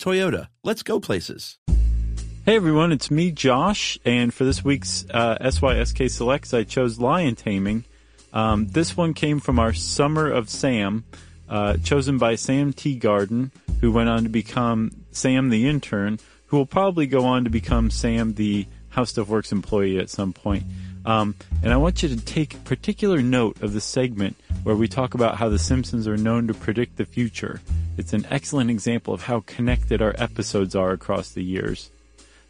Toyota, let's go places. Hey everyone, it's me, Josh, and for this week's uh, SYSK Selects, I chose Lion Taming. Um, this one came from our Summer of Sam, uh, chosen by Sam T. Garden, who went on to become Sam the Intern, who will probably go on to become Sam the How Stuff Works employee at some point. Um, and I want you to take particular note of the segment where we talk about how the Simpsons are known to predict the future. It's an excellent example of how connected our episodes are across the years.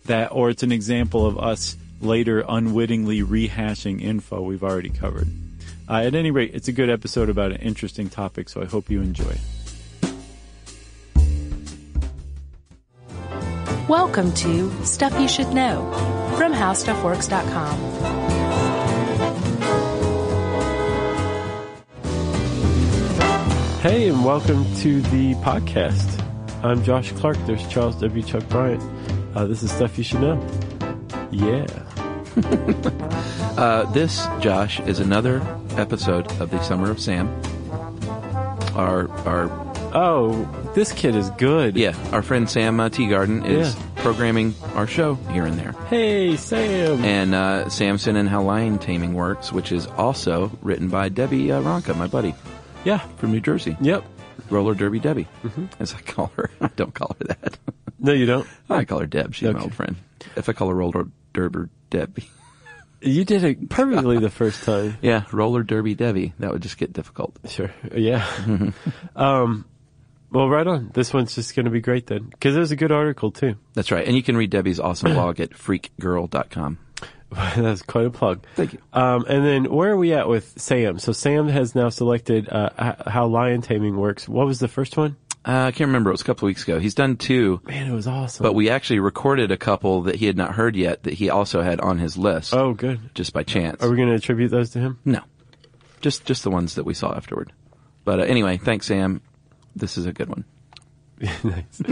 That, or it's an example of us later unwittingly rehashing info we've already covered. Uh, at any rate, it's a good episode about an interesting topic, so I hope you enjoy. Welcome to Stuff You Should Know from HowStuffWorks.com. Hey, and welcome to the podcast. I'm Josh Clark. There's Charles W. Chuck Bryant. Uh, this is stuff you should know. Yeah. Uh, this, Josh, is another episode of the Summer of Sam. Our our Oh, this kid is good. yeah, our friend Sam uh, Teagarden is Yeah. programming our show here and there, Hey, Sam. and uh, Samson and How Lion Taming Works, which is also written by Debbie uh, Ronka, my buddy yeah. Mm-hmm. from New Jersey, Yep. Roller Derby Debbie, as I call her. I don't call her that. No, you don't. I call her Deb. She's my Okay. old friend. If I call her Roller Derby Debbie, You did it perfectly the first time. yeah, Roller Derby Debbie, that would just get difficult. Sure. Yeah. um, well, right on. This one's just going to be great then, because it was a good article too. That's right. And you can read Debbie's awesome blog at freakgirl.com. That's quite a plug. Thank you. Um, and then where are we at with Sam? So Sam has now selected uh, h- how lion taming works. What was the first one? Uh, I can't remember. It was a couple weeks ago. He's done two, Man, it was awesome. but we actually recorded a couple that he had not heard yet that he also had on his list oh, good. just by chance. Are we going to attribute those to him? no, just just the ones that we saw afterward. But uh, anyway, thanks, Sam. This is a good one. nice.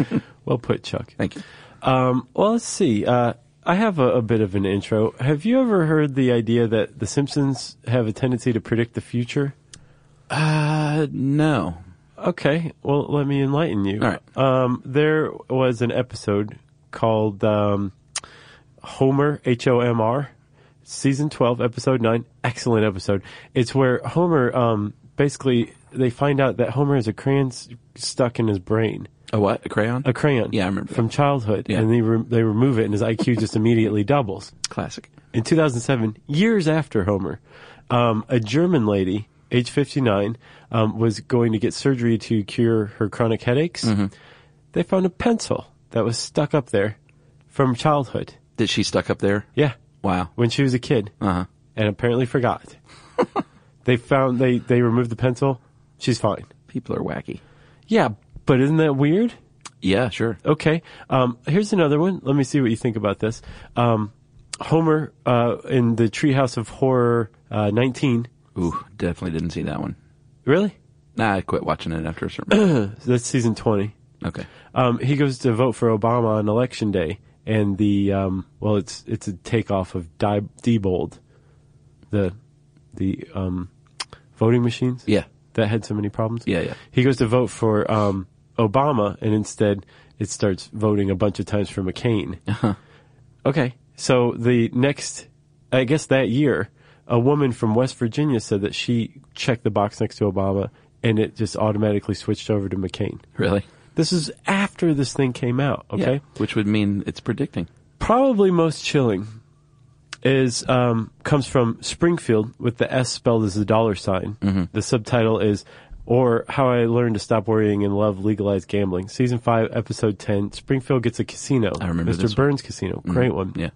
well put, Chuck. Thank you. Well, let's see. Uh, I have a, a bit of an intro. Have you ever heard the idea that The Simpsons have a tendency to predict the future? Uh, no. Okay, well, let me enlighten you. All right. Um, there was an episode called um, Homer, H O M R, season 12, episode 9. Excellent episode. It's where Homer um, basically, they find out that Homer has a crayon s- stuck in his brain. A what? A crayon? A crayon. Yeah, I remember From that. childhood. Yeah. And they, re- they remove it, and his IQ just immediately doubles Classic. in 2007, years after Homer, um, a German lady, age 59, um, was going to get surgery to cure her chronic headaches. They found a pencil that was stuck up there from childhood. That she stuck up there? Yeah, Wow. when she was a kid, Uh huh. and apparently forgot. they found they they removed the pencil. She's fine. People are wacky. Yeah, but isn't that weird? Yeah, sure. Okay. Um, here's another one. Let me see what you think about this. Um, Homer uh, in the Treehouse of Horror uh, 19. Ooh, definitely didn't see that one. Really? Nah, I quit watching it after a certain. That's season 20. okay. Um, he goes to vote for Obama on election day, and the um, well, it's it's a takeoff of Di- Diebold, the the um, voting machines Yeah. that had so many problems. Yeah, yeah. He goes to vote for um, Obama, and instead it starts voting a bunch of times for McCain. Okay, so the next, I guess that year, a woman from West Virginia said that she checked the box next to Obama, and it just automatically switched over to McCain. Really? This is af- after this thing came out. Okay, Yeah, which would mean it's predicting. probably most chilling is um, comes from Springfield with the S spelled as the dollar sign. Mm-hmm. The subtitle is or how I learned to stop worrying and love legalized gambling. Season five, episode ten. Springfield gets a casino. I remember Mr. this one. Mm-hmm. Burns Casino. Great one. Yeah.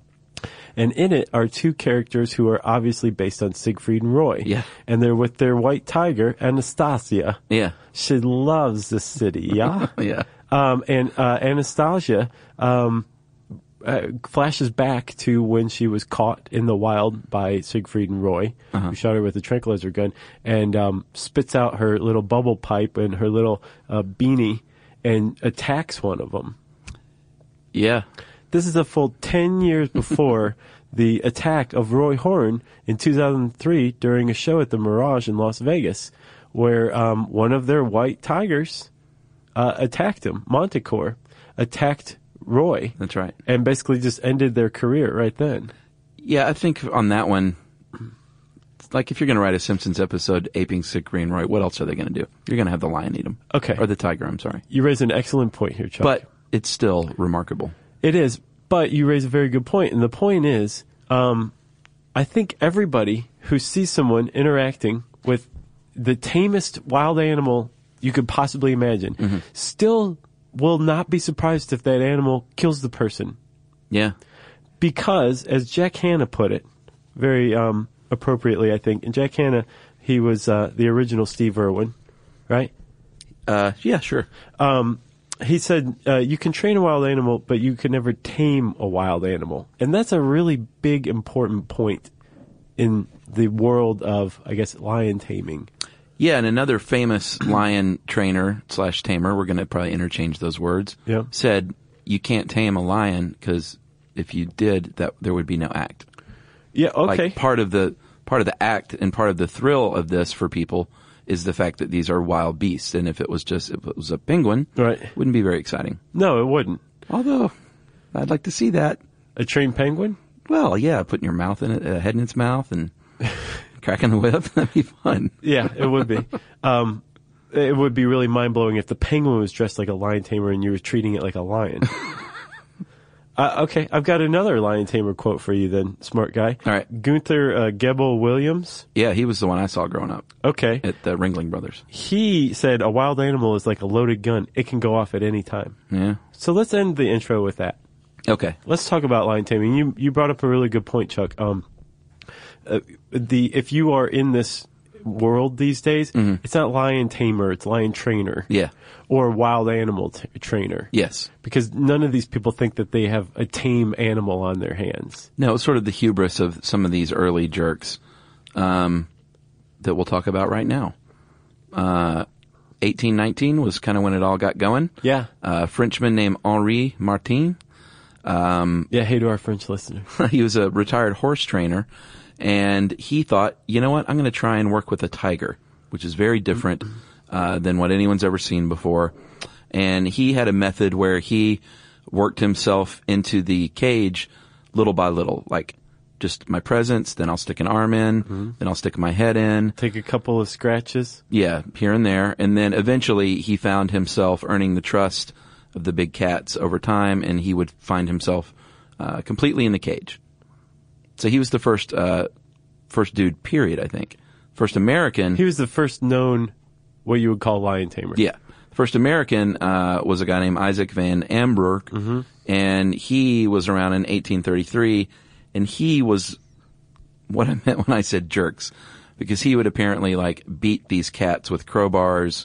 And in it are two characters who are obviously based on Siegfried and Roy. Yeah. And they're with their white tiger, Anastasia. Yeah. She loves the city. Yeah. Yeah. Um, and uh, Anastasia um, uh, flashes back to when she was caught in the wild by Siegfried and Roy, who shot her with a tranquilizer gun, and um, spits out her little bubble pipe and her little uh, beanie and attacks one of them. Yeah. This is a full 10 years before the attack of Roy Horn in 2003 during a show at the Mirage in Las Vegas, where um, one of their white tigers uh, attacked him. Montecore attacked Roy That's right. and basically just ended their career right then. Yeah, I think on that one, it's like if you're going to write a Simpsons episode aping Sick Green Roy, what else are they going to do? You're going to have the lion eat him. Okay. Or the tiger, I'm sorry. You raise an excellent point here, Chuck. But it's still remarkable. It is, but you raise a very good point, and the point is, um, I think everybody who sees someone interacting with the tamest wild animal you could possibly imagine still will not be surprised if that animal kills the person, Yeah. because as Jack Hanna put it, very um, appropriately, I think. And Jack Hanna, he was uh, the original Steve Irwin, right? Um, Uh, yeah, sure. he said uh, you can train a wild animal, but you can never tame a wild animal, and that's a really big important point in the world of, I guess, lion taming. Yeah, and another famous lion trainer slash tamer, we're going to probably interchange those words, Yeah. said, you can't tame a lion because if you did, that there would be no act. Yeah. Okay. Like part of the part of the act and part of the thrill of this for people is the fact that these are wild beasts, and if it was just if it was a penguin, Right. it wouldn't be very exciting. no, it wouldn't. Although, I'd like to see that. A trained penguin. Well, yeah, putting your mouth in it, uh, head in its mouth, and cracking the whip, that'd be fun. Yeah, it would be. um, it would be really mind blowing if the penguin was dressed like a lion tamer and you were treating it like a lion. Uh, okay, I've got another lion tamer quote for you then, smart guy. All right. Gunther uh, Gebel Williams. Yeah, he was the one I saw growing up Okay. at the Ringling Brothers. he said a wild animal is like a loaded gun. It can go off at any time. Yeah. So let's end the intro with that. Okay. Let's talk about lion taming. You you brought up a really good point, Chuck. Um, uh, the if you are in this world these days, Mm-hmm. it's not lion tamer, it's lion trainer. Yeah. Or wild animal t- trainer. Yes. Because none of these people think that they have a tame animal on their hands. No, it's sort of the hubris of some of these early jerks um, that we'll talk about right now. Uh, 1819 was kind of when it all got going. Uh, Yeah. A Frenchman named Henri Martin. Yeah, hey to our French listeners. he was a retired horse trainer, and he thought, you know what, I'm going to try and work with a tiger, which is very different uh, than what anyone's ever seen before. And he had a method where he worked himself into the cage little by little, like just my presence, then I'll stick an arm in, then I'll stick my head in, Take a couple of scratches. yeah, here and there. And then eventually he found himself earning the trust of the big cats over time, and he would find himself uh, completely in the cage. So he was the first, uh, first dude, period, I think. First American. He was the first known what you would call lion tamer. Yeah. First American uh, was a guy named Isaac Van Amberg, and he was around in 1833, and he was what I meant when I said jerks, because he would apparently like beat these cats with crowbars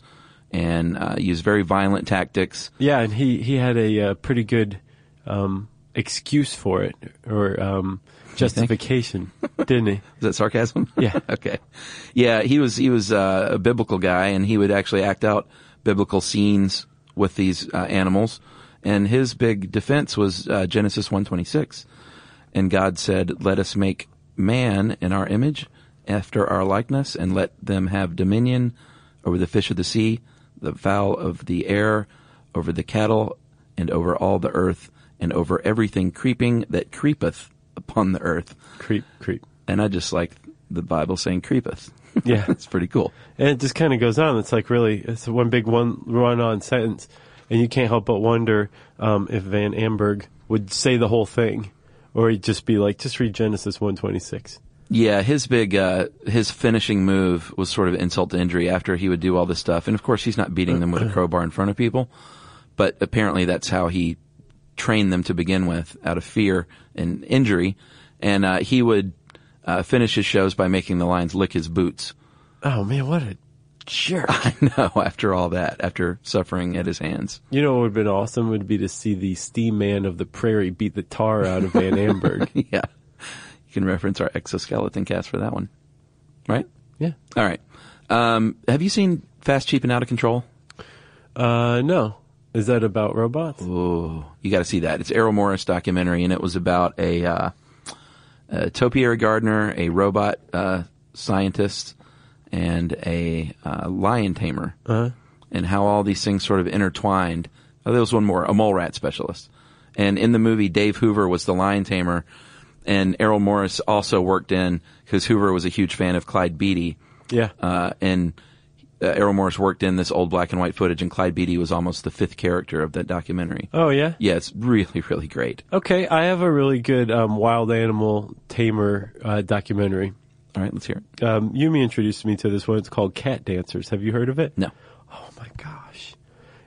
and uh, use very violent tactics. Yeah, and he he had a uh, pretty good um, excuse for it or um, justification, didn't he? Is that sarcasm? Yeah. okay. Yeah, he was he was uh, a biblical guy, and he would actually act out biblical scenes with these uh, animals. And his big defense was uh, Genesis one twenty six, and God said, "Let us make man in our image, after our likeness, and let them have dominion over the fish of the sea, the fowl of the air, over the cattle, and over all the earth, and over everything creeping that creepeth upon the earth." Creep, creep. and I just like the Bible saying creepeth. Yeah. it's pretty cool. And it just kind of goes on. It's like really, it's one big one run on sentence. And you can't help but wonder um, if Van Amberg would say the whole thing, or he'd just be like, just read Genesis one twenty six. Yeah, his big uh, his finishing move was sort of insult to injury after he would do all this stuff, and of course he's not beating them with a crowbar in front of people, but apparently that's how he trained them to begin with, out of fear and injury, and uh, he would uh, finish his shows by making the lions lick his boots. Oh man, what a jerk! I know. After all that, after suffering at his hands, You know what would have been awesome would be to see the steam man of the prairie beat the tar out of Van Amberg. yeah, you can reference our exoskeleton cast for that one, right? Yeah. All right. Um, have you seen Fast, Cheap, and Out of Control? Uh, no. Is that about robots? Ooh, you got to see that. It's Errol Morris documentary, and it was about a, uh, a topiary gardener, a robot uh, scientist, and a uh, lion tamer, and how all these things sort of intertwined. Oh, there was one more, a mole rat specialist, and in the movie, Dave Hoover was the lion tamer, and Errol Morris also worked in because Hoover was a huge fan of Clyde Beatty, Yeah. uh, and uh, Errol Morris worked in this old black and white footage, and Clyde Beatty was almost the fifth character of that documentary. oh yeah. Yeah, it's really, really great. Okay, I have a really good um, wild animal tamer uh, documentary. All right, let's hear it. Um, Yumi introduced me to this one. It's called Cat Dancers. Have you heard of it? No. Oh my gosh.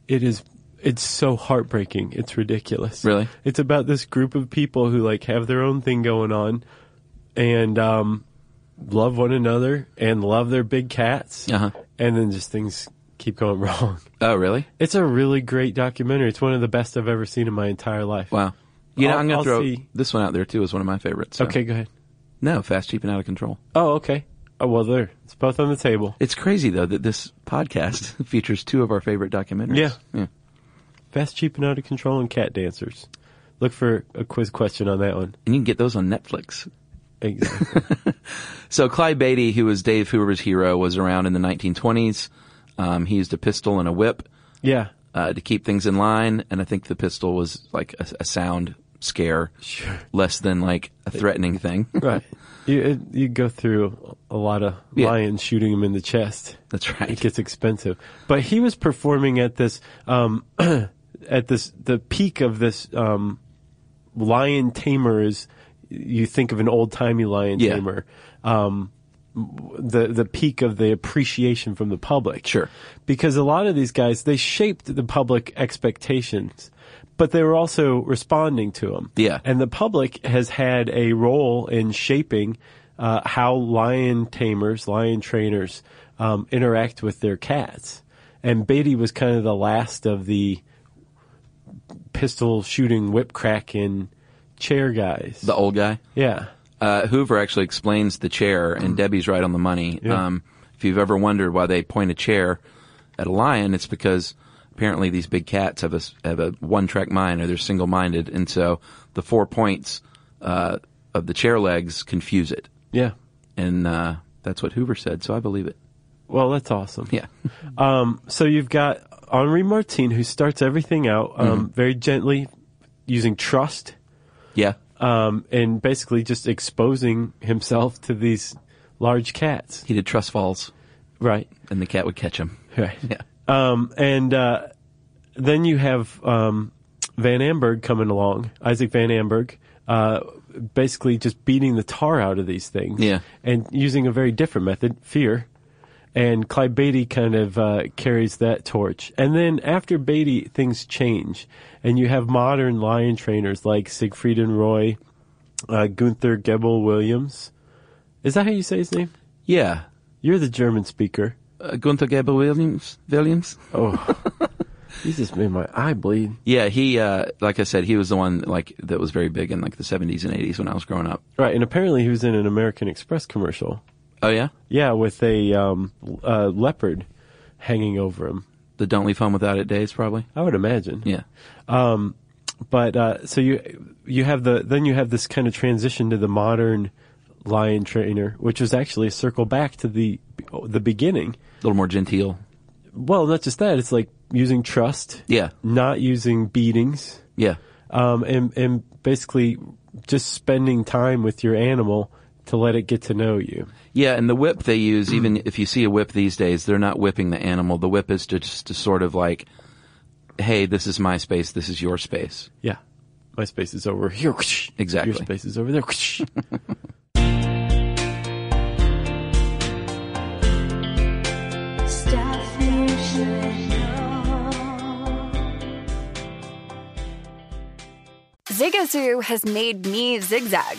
It is it's so heartbreaking. It's ridiculous. Really? It's about this group of people who like have their own thing going on and um love one another and love their big cats. Uh-huh. And then just things keep going wrong. Oh, really? It's a really great documentary. It's one of the best I've ever seen in my entire life. Wow. You know, I'll- i am going I'll to throw see. this one out there too. Is one of my favorites. so. Okay, go ahead. No, fast, cheap, and out of control. Oh, okay. Oh, well, there. It's both on the table. It's crazy though that this podcast features two of our favorite documentaries. Yeah. Fast, cheap, and out of control, and cat dancers. Look for a quiz question on that one. And you can get those on Netflix. Exactly. So Clyde Beatty, who was Dave Hoover's hero, was around in the 1920s. Um, he used a pistol and a whip yeah. uh, to keep things in line, and I think the pistol was like a, a sound scare, Sure. less than like a threatening thing. Right. You it, you go through a lot of Yeah. lions shooting him in the chest. That's right. It gets expensive. But he was performing at this um at this the peak of this um lion tamers you think of an old-timey lion Yeah. tamer. Um the the peak of the appreciation from the public. Sure. Because a lot of these guys they shaped the public expectations, but they were also responding to them. Yeah. And the public has had a role in shaping uh, how lion tamers, lion trainers um, interact with their cats. And Beatty was kind of the last of the pistol shooting, whip cracking chair guys. the old guy. yeah. uh, Hoover actually explains the chair, and Debbie's right on the money. Mm. Yeah. Um, if you've ever wondered why they point a chair at a lion, it's because apparently these big cats have a s- have a one track mind, or they're single minded, and so the four points uh, of the chair legs confuse it, Yeah. and uh, that's what Hoover said. So I believe it. Well, that's awesome. Yeah, So you've got Henri Martin who starts everything out um, Mm-hmm. very gently using trust. yeah. um, and basically just exposing himself to these large cats. He did trust falls, Right. and the cat would catch him. Right. Yeah, Um, and uh, then you have um, Van Amberg coming along, Isaac Van Amberg, uh, basically just beating the tar out of these things. Yeah. And using a very different method, fear. And Clyde Beatty kind of uh, carries that torch. And then after Beatty, things change. And you have modern lion trainers like Siegfried and Roy, uh, Gunther Gebel Williams. Is that how you say his name? yeah. You're the German speaker. Uh, Gunther Gebel Williams. Williams. Oh, you just made my eye bleed. Yeah, he uh, like I said, he was the one like that was very big in like the seventies and eighties when I was growing up. Right, and apparently he was in an American Express commercial. Oh yeah, Yeah, with a um, uh, leopard hanging over him. the "Don't Leave Home Without It" days, probably. I would imagine. Yeah, But uh, so you you have the then you have this kind of transition to the modern lion trainer, which is actually a circle back to the the beginning. a little more genteel. Well, not just that; it's like using trust, Yeah, not using beatings. yeah, um, and and basically just spending time with your animal to let it get to know you. yeah. And the whip they use, even if you see a whip these days, they're not whipping the animal. The whip is just to sort of like hey, this is my space, this is your space. Yeah. My space is over here. Exactly. Your space is over there. Stuff you should know. Zigazoo has made me zigzag.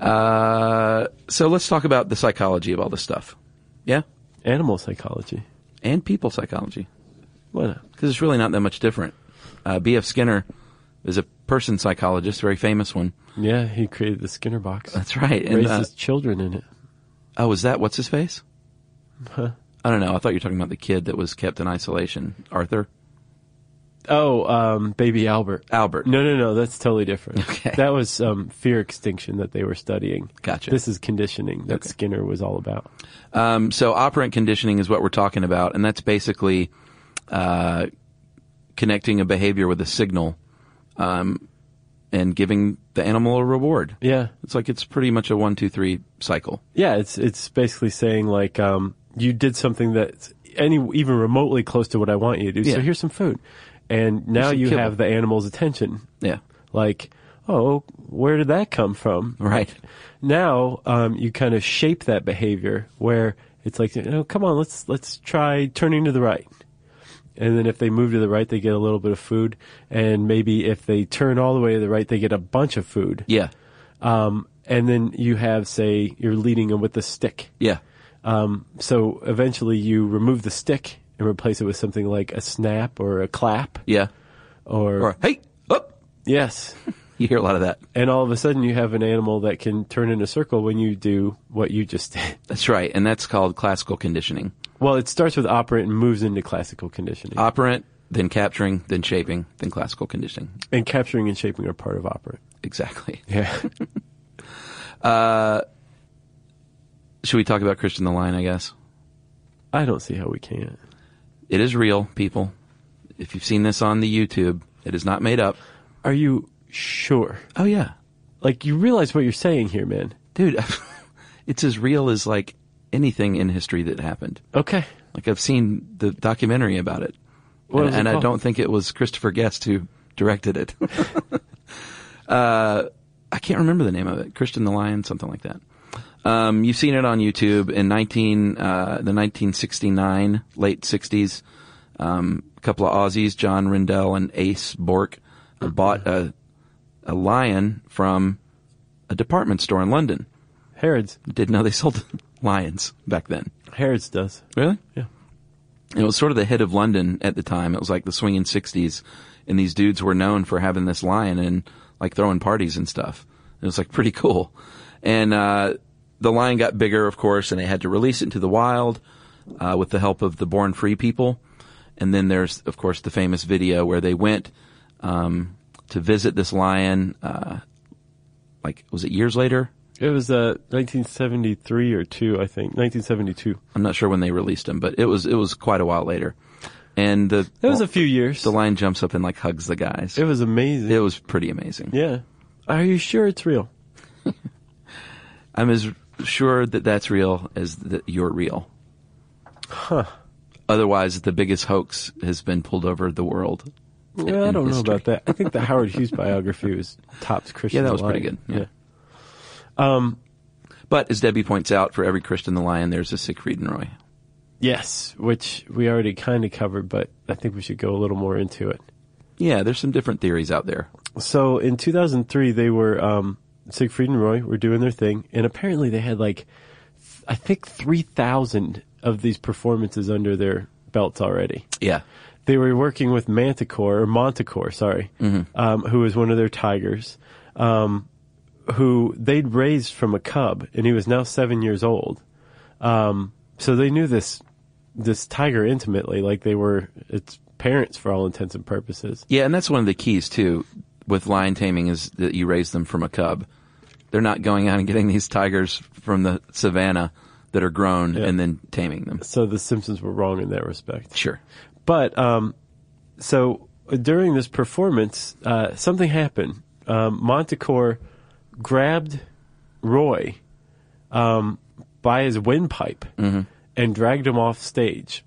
Uh, so let's talk about the psychology of all this stuff. Yeah? Animal psychology. And people psychology. What? a- Because it's really not that much different. Uh, B.F. Skinner is a person psychologist, very famous one. Yeah, he created the Skinner box. That's right. And, Raised uh, his children in it. oh, is that what's his face? I don't know. I thought you were talking about the kid that was kept in isolation, Arthur Oh, um, Baby Albert. Albert. No, no, no. That's totally different. Okay. That was um, fear extinction that they were studying. Gotcha. This is conditioning that Skinner was all about. Um, so operant conditioning is what we're talking about, and that's basically uh, connecting a behavior with a signal, um, and giving the animal a reward. Yeah. It's like it's pretty much a one, two, three cycle. Yeah, it's it's basically saying like um, you did something that's any even remotely close to what I want you to do. So Yeah. here's some food, and now should you kill have the animal's attention. Yeah. Like, oh, where did that come from? Right. Now um, you kind of shape that behavior where it's like, you know, come on, let's let's try turning to the right. And then if they move to the right, they get a little bit of food, and maybe if they turn all the way to the right, they get a bunch of food. Yeah. And then you have, say, you're leading them with the stick. Yeah. So eventually you remove the stick and replace it with something like a snap or a clap Yeah. or, Or hey, up. yes. You hear a lot of that. And all of a sudden you have an animal that can turn in a circle when you do what you just did. That's right, and that's called classical conditioning. Well, it starts with operant and moves into classical conditioning. Operant, then capturing, then shaping, then classical conditioning. and capturing and shaping are part of operant. Exactly. Uh, Yeah. Should we talk about Christian the Lion? I guess. I don't see how we can't. It is real, people. If you've seen this on the YouTube, it is not made up. Are you sure? Oh yeah, Like you realize what you're saying here, man. dude, it's as real as like anything in history that happened. Okay. Like I've seen the documentary about it, What and, was it and I called? don't think it was Christopher Guest who directed it. uh, I can't remember the name of it. Christian the Lion, something like that. Um, you've seen it on YouTube in 19, uh, the 1969, late 60s. Um, a couple of Aussies, John Rendell and Ace Bork, uh, bought a, a lion from a department store in London. Herod's. Didn't know they sold lions back then. Herod's does. Really? Yeah. It was sort of the hit of London at the time. It was like the swinging 60s, and these dudes were known for having this lion and like throwing parties and stuff. It was like pretty cool. And uh, the lion got bigger, of course, and they had to release it into the wild uh, with the help of the born free people. And then there's, of course, the famous video where they went um, to visit this lion. Uh, like, was it years later? It was uh, 1973 or two, I think. 1972. I'm not sure when they released him, but it was it was quite a while later. And the It was a few years. The lion jumps up and like hugs the guys. It was amazing. It was pretty amazing. Yeah. Are you sure it's real? I'm as sure that that's real as that you're real. Huh. Otherwise, the biggest hoax has been pulled over the world. Well, I in don't know history. about that. I think the Howard Hughes biography was tops Christian. Yeah, that was Lion. pretty good. Yeah. Um, but as Debbie points out, for every Christian the Lion, there's a Siegfried and Roy. Yes, which we already kind of covered, but I think we should go a little more into it. Yeah, there's some different theories out there. So in 2003, they were um, Siegfried and Roy were doing their thing, and apparently they had like th- I think 3,000 of these performances under their belts already. Yeah. They were working with Manticore or Monticore, sorry, Mhm. um, who was one of their tigers, um, who they'd raised from a cub, and he was now seven years old. Um, so they knew this this tiger intimately, like they were its parents for all intents and purposes. Yeah, and that's one of the keys too with lion taming is that you raise them from a cub. They're not going out and getting these tigers from the savannah that are grown and then taming them. So the Simpsons were wrong in that respect. Sure. But um, so during this performance, uh, something happened. Um, Montecore grabbed Roy um, by his windpipe Mm-hmm. and dragged him off stage.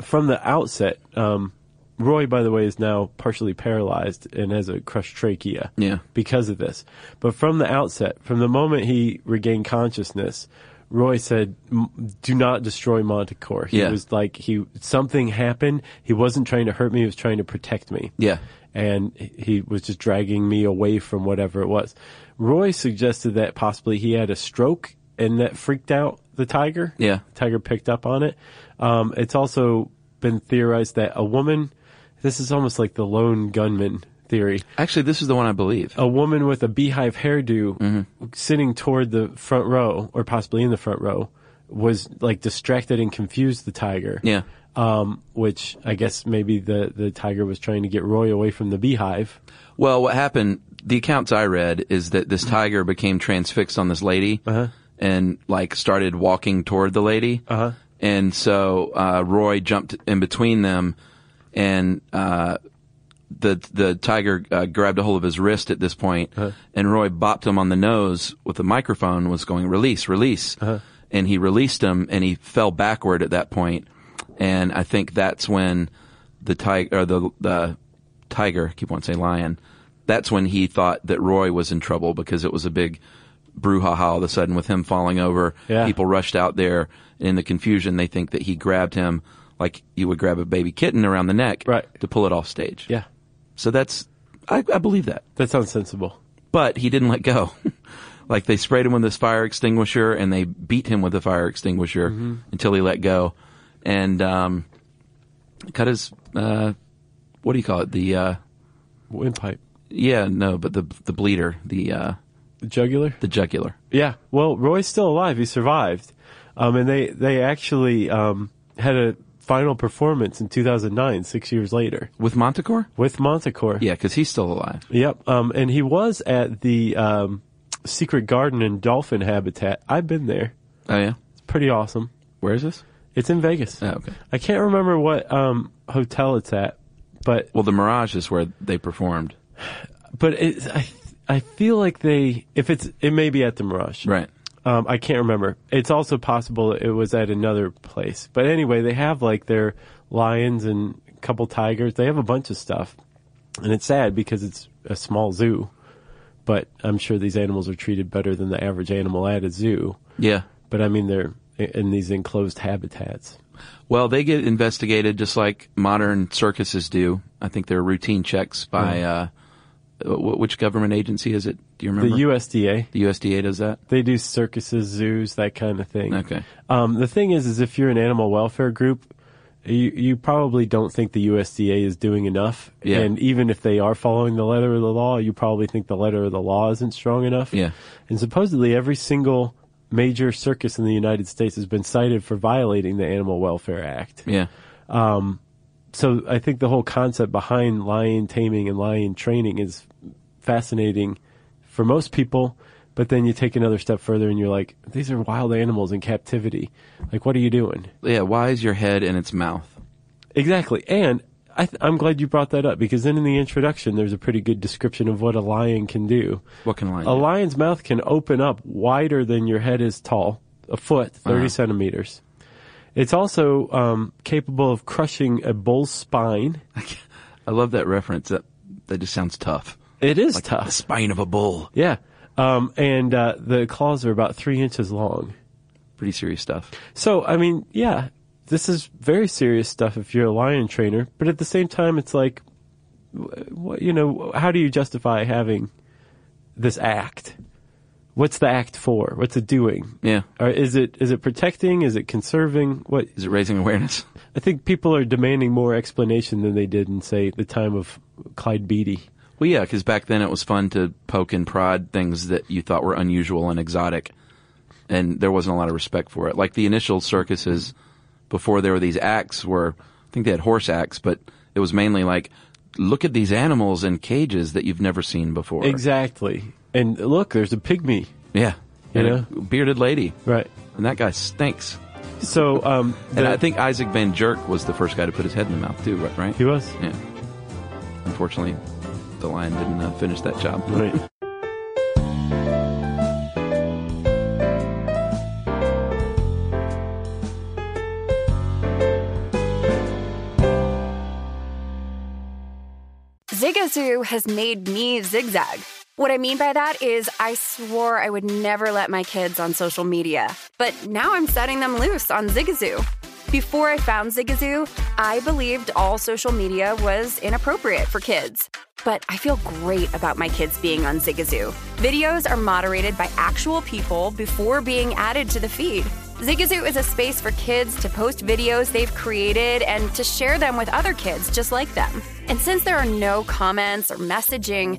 From the outset, um, Roy, by the way, is now partially paralyzed and has a crushed trachea Yeah. because of this. But from the outset, from the moment he regained consciousness, Roy said, "M- "Do not destroy Montecore." He Yeah. was like he something happened. He wasn't trying to hurt me. He was trying to protect me. Yeah. And he- he was just dragging me away from whatever it was. Roy suggested that possibly he had a stroke and that freaked out the tiger. Yeah. Tiger picked up on it. Um, it's also been theorized that a woman, this is almost like the lone gunman theory. Actually, this is the one I believe. A woman with a beehive hairdo Mm-hmm. sitting toward the front row, or possibly in the front row, was like distracted and confused the tiger. Yeah. Um, which I guess maybe the, the tiger was trying to get Roy away from the beehive. Well, what happened, the accounts I read is that this tiger became transfixed on this lady and like started walking toward the lady. Uh-huh. And so, uh, Roy jumped in between them and, uh, the, the tiger uh, grabbed a hold of his wrist at this point, Uh-huh. and Roy bopped him on the nose with a microphone, was going, release, release. Uh-huh. And he released him and he fell backward at that point. And I think that's when the tiger, or the, the tiger, I keep on saying lion. That's when he thought that Roy was in trouble because it was a big brouhaha all of a sudden with him falling over. Yeah. People rushed out there and in the confusion. They think that he grabbed him like you would grab a baby kitten around the neck Right. to pull it off stage. Yeah. So that's, I, I believe that. That sounds sensible. But he didn't let go. like they sprayed him with this fire extinguisher and they beat him with the fire extinguisher until he let go and um, cut his, uh, what do you call it? The, uh, Windpipe. yeah, no, but the the bleeder, the uh, The jugular? the jugular. Yeah. Well, Roy's still alive. He survived. Um, and they, they actually, um, had a final performance in 2009, six years later With Montecore? with Montecore. Yeah, because he's still alive. Yep. Um, and he was at the, um, Secret Garden and Dolphin Habitat. I've been there. Oh, yeah? It's pretty awesome. Where is this? It's in Vegas. Oh, okay. I can't remember what, um, hotel it's at, but, Well, the Mirage is where they performed. but it's, I, I feel like they, if it's, it may be at the Mirage. Right. Um, I can't remember. It's also possible it was at another place. But anyway, they have like their lions and a couple tigers. They have a bunch of stuff. And it's sad because it's a small zoo. But I'm sure these animals are treated better than the average animal at a zoo. Yeah. But I mean, they're i- in these enclosed habitats. Well, they get investigated just like modern circuses do. I think there are routine checks by, uh, wh- which government agency is it? Do you The remember? USDA, the USDA does that? they do circuses, zoos, that kind of thing. Okay. Um, the thing is, is if you're an animal welfare group, you, you probably don't think the USDA is doing enough. Yeah. And even if they are following the letter of the law, you probably think the letter of the law isn't strong enough. Yeah. And supposedly every single major circus in the United States has been cited for violating the Animal Welfare Act. Yeah. So I think the whole concept behind lion taming and lion training is fascinating for most people, But then you take another step further and you're like, these are wild animals in captivity. Like, what are you doing? Yeah, why is your head in its mouth? Exactly. And I th- I'm glad you brought that up because then in the introduction, there's a pretty good description of what a lion can do. What can a lion A do? lion's mouth can open up wider than your head is tall, a foot, 30 Uh-huh. centimeters. It's also um, capable of crushing a bull's spine. I love that reference. That that just sounds tough. It is Like tough. The spine of a bull. Yeah. Um, and uh, the claws are about three inches long. Pretty serious stuff. So, I mean, yeah, this is very serious stuff if you're a lion trainer, but at the same time, it's like, wh- wh- you know, how do you justify having this act? What's the act for? What's it doing? Yeah. Or is it is it protecting? Is it conserving? What Is it raising awareness? I think people are demanding more explanation than they did in say the time of Clyde Beatty. Well, yeah, because back then it was fun to poke and prod things that you thought were unusual and exotic, and there wasn't a lot of respect for it. Like the initial circuses before there were these acts were, I think they had horse acts, but it was mainly like, look at these animals in cages that you've never seen before. Exactly. And look, there's a pygmy. Yeah. You And a bearded lady. Right. And that guy stinks. So, um, and the- I think Isaac Van Jerk was the first guy to put his head in the mouth too, right? right? He was. Yeah. Unfortunately, the lion didn't uh, finish that job. Right. Zigazoo has made me zigzag. What I mean by that is, I swore I would never let my kids on social media, but now I'm setting them loose on Zigazoo. Before I found Zigazoo, I believed all social media was inappropriate for kids. But I feel great about my kids being on Zigazoo. Videos are moderated by actual people before being added to the feed. Zigazoo is a space for kids to post videos they've created and to share them with other kids just like them. And since there are no comments or messaging,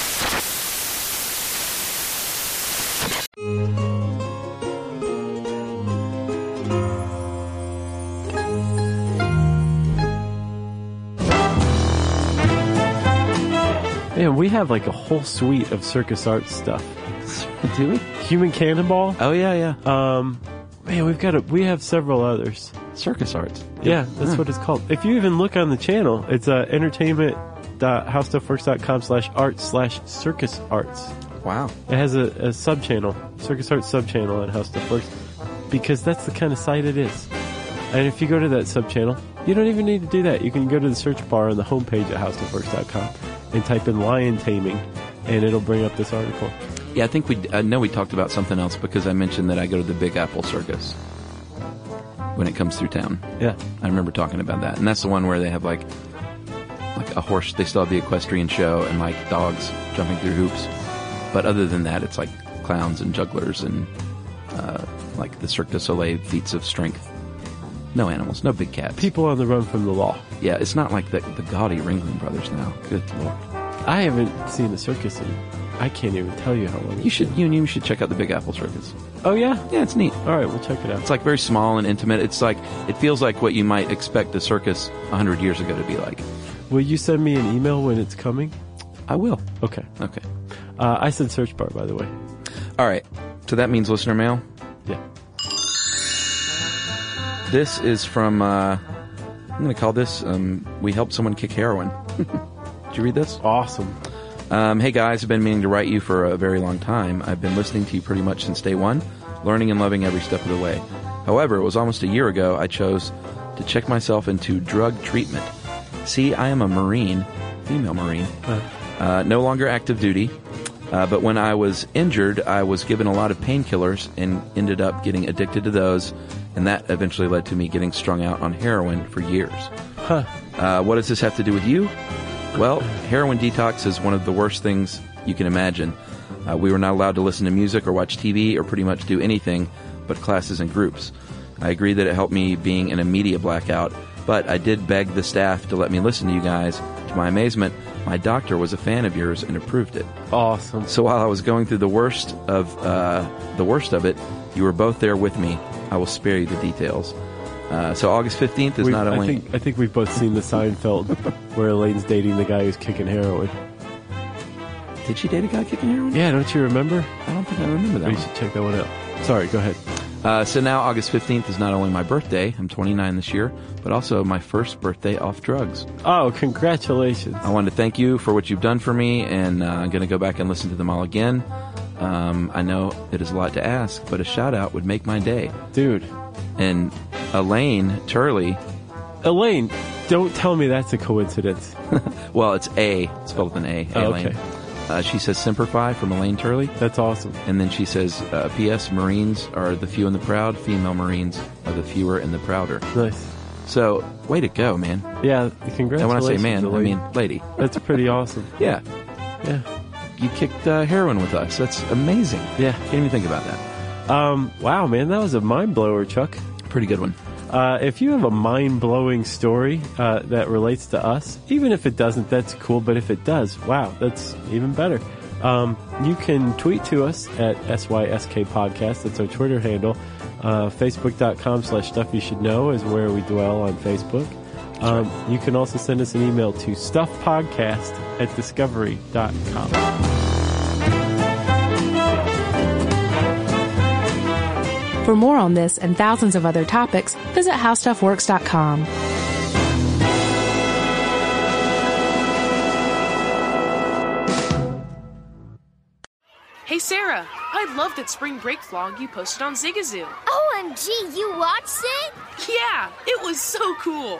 Man, we have like a whole suite of circus art stuff. Do we? Human Cannonball. Oh yeah, yeah. Um, man, we've got a, we have several others. Circus arts. Yeah, that's what it's called. If you even look on the channel, it's uh, entertainment.howstuffworks.com slash art slash circus arts. Wow. It has a, a sub channel, circus arts sub channel at How Stuff Works, because that's the kind of site it is. And if you go to that sub channel, you don't even need to do that. You can go to the search bar on the homepage at howstuffworks.com and type in lion taming, and it'll bring up this article. Yeah, I think we. I know we talked about something else because I mentioned that I go to the Big Apple Circus when it comes through town. Yeah. I remember talking about that, and that's the one where they have like like a horse. They still have the equestrian show and like dogs jumping through hoops. But other than that, it's like clowns and jugglers and uh, like the Cirque du Soleil feats of strength. No animals, no big cats. People on the run from the law. Yeah, it's not like the the gaudy Ringling Brothers now. Good lord. I haven't seen a circus in, I can't even tell you how long. it's You should you and you should check out the Big Apple Circus. been. Oh yeah. Yeah, it's neat. All right, we'll check it out. It's like very small and intimate. It's like it feels like what you might expect a circus hundred years ago to be like. Will you send me an email when it's coming? I will. Okay. Okay. Uh, I said search bar, by the way. All right. So that means listener mail. Yeah. This is from. Uh, I'm going to call this. Um, we helped someone kick heroin. Did you read this? Awesome. Um, hey guys, I've been meaning to write you for a very long time. I've been listening to you pretty much since day one, learning and loving every step of the way. However, it was almost a year ago I chose to check myself into drug treatment. See, I am a Marine, female Marine, uh, no longer active duty. Uh, but when I was injured, I was given a lot of painkillers and ended up getting addicted to those, and that eventually led to me getting strung out on heroin for years. Uh, what does this have to do with you? Well, heroin detox is one of the worst things you can imagine. Uh, we were not allowed to listen to music or watch TV or pretty much do anything but classes and groups. I agree that it helped me being in a media blackout, but I did beg the staff to let me listen to you guys. To my amazement, my doctor was a fan of yours and approved it. Awesome. So while I was going through the worst of uh, the worst of it, you were both there with me. I will spare you the details. Uh, so August fifteenth is We've- not only I think I think we've both seen the Seinfeld where Elaine's dating the guy who's kicking heroin. Did she date a guy kicking heroin? Yeah, don't you remember? I don't think I remember that. We one. should check that one out. Sorry, go ahead. Uh, so now August 15th is not only my birthday, I'm 29 this year, but also my first birthday off drugs. Oh, congratulations. I wanted to thank you for what you've done for me, and uh, I'm going to go back and listen to them all again. Um, I know it is a lot to ask, but a shout out would make my day. Dude. And Elaine Turley, Elaine, don't tell me that's a coincidence. well, it's A, it's spelled with an A, Oh, Elaine. okay. Uh, she says Simplify from Elaine Turley. That's awesome. And then she says, uh, P.S. Marines are the few and the proud. Female Marines are the fewer and the prouder. Nice. So, way to go, man. Yeah, And congratulations. when I say man, I Elaine. mean lady. that's pretty awesome. Yeah, Yeah. you kicked uh, heroin with us. That's amazing. Yeah. Can't even think about that. Um, wow, man, that was a mind blower, Chuck. Pretty good one. Uh, if you have a mind blowing story uh, that relates to us, even if it doesn't, that's cool. But if it does, wow, that's even better. Um, you can tweet to us at SYSK Podcast. That's our Twitter handle. Uh, Facebook.com slash Stuff You Should Know is where we dwell on Facebook. Um, You can also send us an email to stuffpodcast at discovery.com. For more on this and thousands of other topics, visit howstuffworks.com. Hey Sarah, I love that spring break vlog you posted on Zigazoo. OMG, you watched it? Yeah, it was so cool.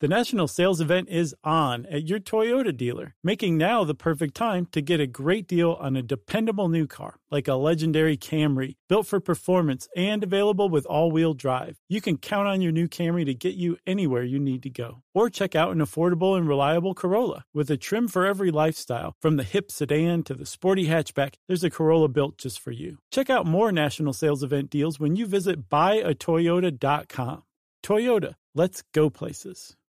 The national sales event is on at your Toyota dealer, making now the perfect time to get a great deal on a dependable new car like a legendary Camry, built for performance and available with all wheel drive. You can count on your new Camry to get you anywhere you need to go. Or check out an affordable and reliable Corolla with a trim for every lifestyle, from the hip sedan to the sporty hatchback. There's a Corolla built just for you. Check out more national sales event deals when you visit buyatoyota.com. Toyota, let's go places.